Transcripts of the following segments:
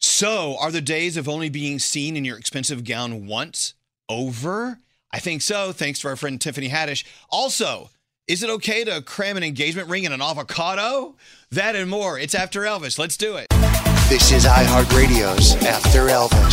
So, are the days of only being seen in your expensive gown once over? I think so. Thanks to our friend Tiffany Haddish. Also, is it okay to cram an engagement ring in an avocado? That and more. It's after Elvis. Let's do it. This is iHeartRadio's After Elvis.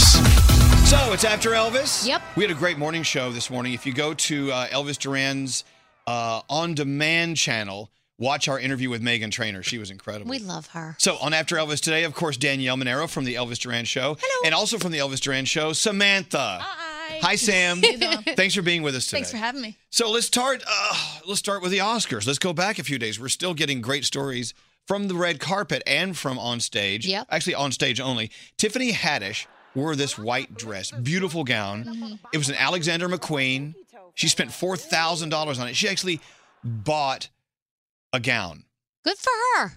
So it's after Elvis. Yep. We had a great morning show this morning. If you go to uh, Elvis Duran's uh, on-demand channel, watch our interview with Megan Trainer. She was incredible. We love her. So on After Elvis today, of course, Danielle Monero from the Elvis Duran Show, Hello. and also from the Elvis Duran Show, Samantha. Uh-uh. Hi. Hi, Sam. Thanks for being with us today. Thanks for having me. So let's start. Uh, let's start with the Oscars. Let's go back a few days. We're still getting great stories from the red carpet and from on stage. Yep. Actually, on stage only. Tiffany Haddish wore this white dress, beautiful gown. It was an Alexander McQueen. She spent four thousand dollars on it. She actually bought a gown. Good for her.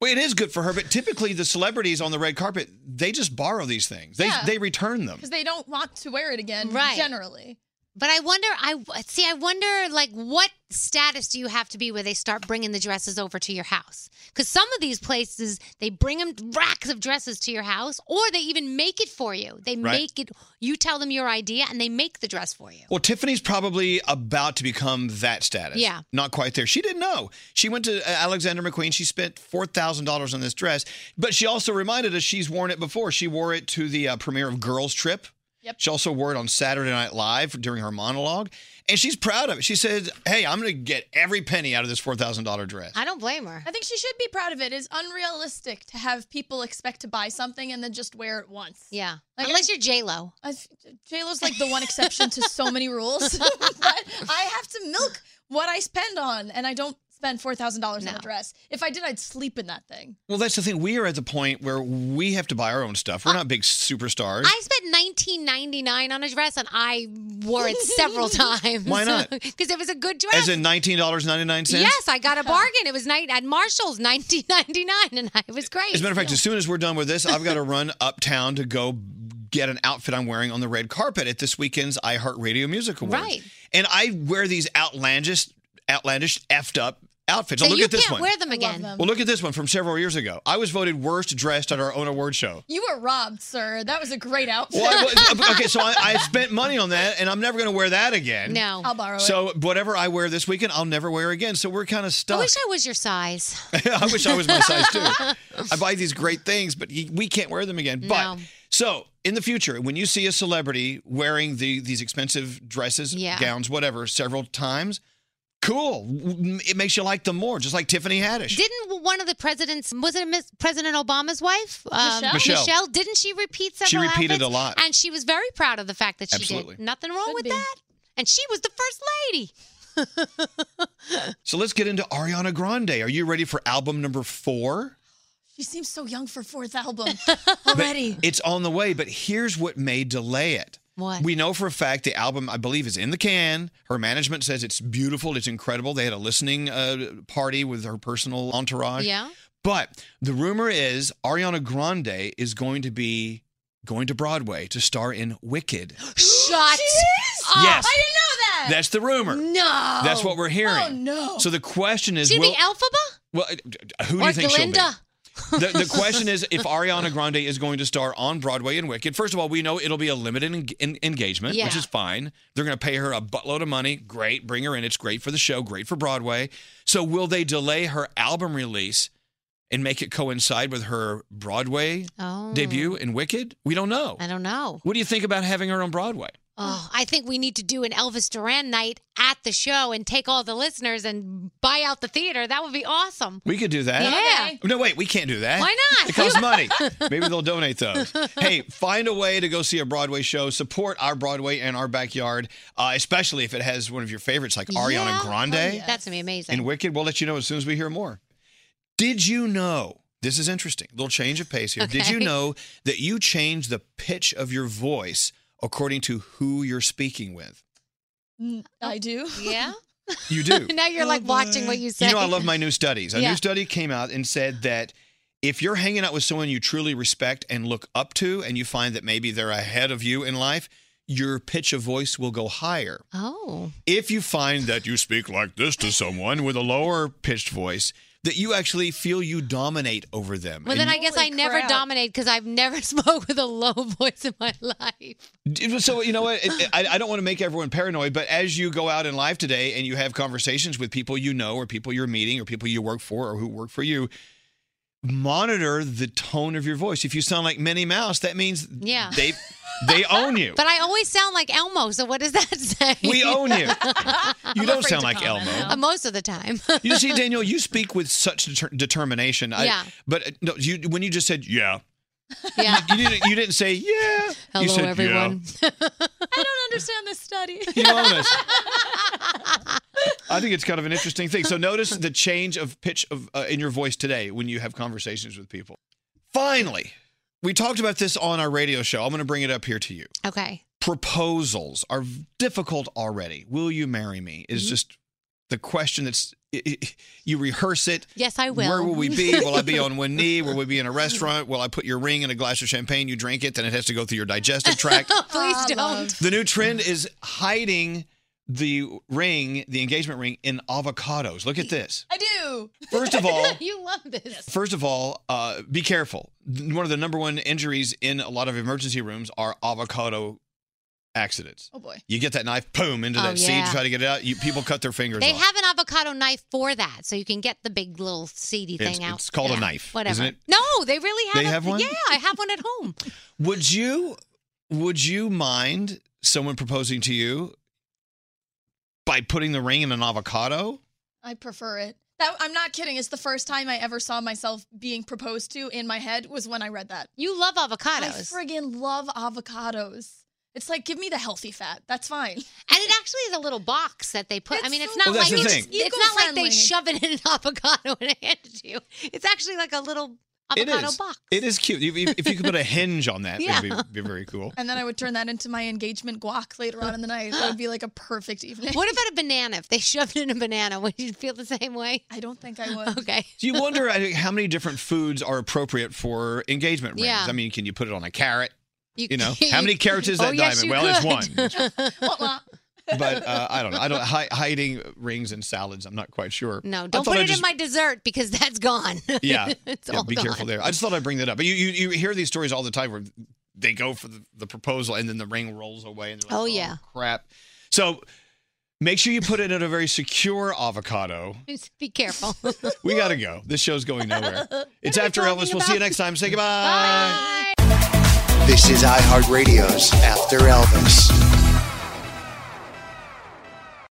Well, it is good for her, but typically the celebrities on the red carpet they just borrow these things. They Yeah. they return them. Because they don't want to wear it again, Right. generally. But I wonder, I see, I wonder, like, what status do you have to be where they start bringing the dresses over to your house? Because some of these places, they bring them racks of dresses to your house, or they even make it for you. They Right. make it, you tell them your idea, and they make the dress for you. Well, Tiffany's probably about to become that status. Yeah. Not quite there. She didn't know. She went to uh, Alexander McQueen. She spent $4,000 on this dress, but she also reminded us she's worn it before. She wore it to the uh, premiere of Girls Trip. Yep. She also wore it on Saturday Night Live during her monologue, and she's proud of it. She said, Hey, I'm going to get every penny out of this $4,000 dress. I don't blame her. I think she should be proud of it. It's unrealistic to have people expect to buy something and then just wear it once. Yeah. Like, Unless you're J-Lo. I f- JLo's like the one exception to so many rules. but I have to milk what I spend on, and I don't spend $4,000 on No. a dress. If I did, I'd sleep in that thing. well, that's the thing. We are at the point where we have to buy our own stuff. We're not big superstars. I spent nineteen ninety nine on a dress, and I wore it several times. Why not? Because it was a good dress. As in $19.99? Yes, I got a bargain. It was night at Marshall's, nineteen ninety nine, and I, it was great. As a matter of fact, as soon as we're done with this, I've got to run uptown to go get an outfit I'm wearing on the red carpet at this weekend's iHeartRadio Music Awards. Right. And I wear these outlandish, outlandish, effed up outfits. so Oh, look you at this one. can't wear them I love again. them. well, look at this one from several years ago. I was voted worst dressed at our own award show. You were robbed, sir. That was a great outfit. Well, I was- okay, so I, I spent money on that, and I'm never going to wear that again. No. I'll borrow it. So whatever I wear this weekend, I'll never wear again. So we're kind of I stuck. wish I was your size. I wish I was my size too. I buy these great things, but you- we can't wear them again. But No. so in the future, when you see a celebrity wearing the these expensive dresses, Yeah. gowns, whatever, several times, cool. M- It makes you like them more, just like Tiffany Haddish. Didn't one of the presidents was it Miss President Obama's wife, um, Michelle? Michelle. Didn't she repeat She several? repeated a outfits? lot. and she was very proud of the fact that she Absolutely. did. Nothing wrong Should with be. that. And she was the first lady. so let's get into Ariana Grande. Are you ready for album number four? She seems so young for fourth album already. It's on the way, but here's what may delay it. What? We know for a fact the album, I believe, is in the can. Her management says it's beautiful, it's incredible. They had a listening uh, party with her personal entourage. Yeah. But the rumor is Ariana Grande is going to be going to Broadway to star in Wicked. Uh, Shut. up. Yes. I didn't know that. That's the rumor. No. That's what we're hearing. Oh, no. So the question is, She'd will, be Elphaba well, uh, who do or you think she'll be? Glinda. The, the question is if Ariana Grande is going to star on Broadway in Wicked. First of all, we know it'll be a limited en- en- engagement, which Yeah. is fine. They're going to pay her a buttload of money. Great, bring her in. It's great for the show, great for Broadway. So will they delay her album release and make it coincide with her Broadway Oh. debut in Wicked? We don't know. I don't know. What do you think about having her on Broadway? Oh, I think we need to do an Elvis Duran night at the show and take all the listeners and buy out the theater. That would be awesome. We could do that. Yeah. Okay. No, wait, we can't do that. Why not? It costs money. Maybe they'll donate those. Hey, find a way to go see a Broadway show. Support our Broadway and our backyard, uh, especially if it has one of your favorites like Ariana Yeah. Grande That's gonna be amazing. and Wicked. We'll let you know as soon as we hear more. Did you know? This is interesting. little change of pace here. Did you Okay. know that you change the pitch of your voice according to who you're speaking with? Mm, I do. yeah. You do. now Oh, you're like watching what you say. You know, I love my new studies. A new Yeah. study came out and said that if you're hanging out with someone you truly respect and look up to, and you find that maybe they're ahead of you in life, your pitch of voice will go higher. Oh. If you find that you speak like this to someone with a lower pitched voice, that you actually feel you dominate over them. Well, And then I guess Holy I never crap. dominate because I've never spoke with a low voice in my life. D- So you know what? It- I, I don't want to make everyone paranoid, but as you go out in life today and you have conversations with people you know, or people you're meeting, or people you work for, or who work for you, monitor the tone of your voice. If you sound like Minnie Mouse, that means Yeah. they they own you. But I always sound like Elmo, so what does that say? we own you. You don't afraid sound to like comment Elmo. now. Uh, most of the time. You see, Daniel, you speak with such deter- determination. Yeah. I, but uh, no, you when you just said yeah, yeah. you didn't. You didn't say yeah. Hello, you said, "Yeah." everyone. I don't understand this study. You own us. I think it's kind of an interesting thing. So notice the change of pitch of uh, in your voice today when you have conversations with people. Finally, we talked about this on our radio show. I'm going to bring it up here to you. Okay. Proposals are difficult already. Will you marry me? Mm-hmm. Is just the question that's i i you rehearse it. Yes, I will. Where will we be? Will I be on one knee? Will we be in a restaurant? Will I put your ring in a glass of champagne? You drink it, then it has to go through your digestive tract. Please Ah, don't. love. The new trend is hiding the ring, the engagement ring, in avocados. Look at this. I do. First of all, You love this. first of all, uh, be careful. One of the number one injuries in a lot of emergency rooms are avocado accidents. Oh boy. You get that knife, boom, into Oh, that seed. yeah. Try to get it out. You, people cut their fingers. They off. have an avocado knife for that, so you can get the big little seedy It's- thing out. it's called a Yeah, knife, Whatever. isn't it? No, they really have. They a- have one? Yeah, I have one at home. Would you would you mind someone proposing to you by putting the ring in an avocado? I prefer it. That, I'm not kidding. It's the first time I ever saw myself being proposed to in my head was when I read that. You love I avocados, friggin' love avocados. It's like give me the healthy fat. That's fine. and it actually is a little box that they put. I It's mean, it's so not Well, like that's the thing. it's, it's not like they Eco-friendly. shove it in an avocado and hand it to you. It's actually like a little It avocado is. box. It is cute. If, if- if you could put a hinge on that, Yeah. it'd be, be very cool. And then I would turn that into my engagement guac later on in the night. That would be like a perfect evening. What about a banana? If they shoved in a banana, would you feel the same way? I don't think I would. Okay. Do you wonder I think, how many different foods are appropriate for engagement rings? Yeah. I mean, can you put it on a carrot? You know, can't- how many carrots is Oh, that yes, diamond? you Well, could. it's one. Wah, wah. But uh, I don't know. I don't hi, hiding rings in salads. I'm not quite sure. No, I don't thought put I it in just- my dessert because that's gone. Yeah, it's yeah, all be gone. careful there. I just thought I'd bring that up. But you, you, you hear these stories all the time where they go for the, the proposal and then the ring rolls away and they're like, Oh, yeah. crap. So make sure you put it in a very secure avocado. Just be careful. We gotta go. This show's going nowhere. It's after talking Elvis. We'll see you about? next time. Say goodbye. Bye. This is iHeartRadio's After Elvis.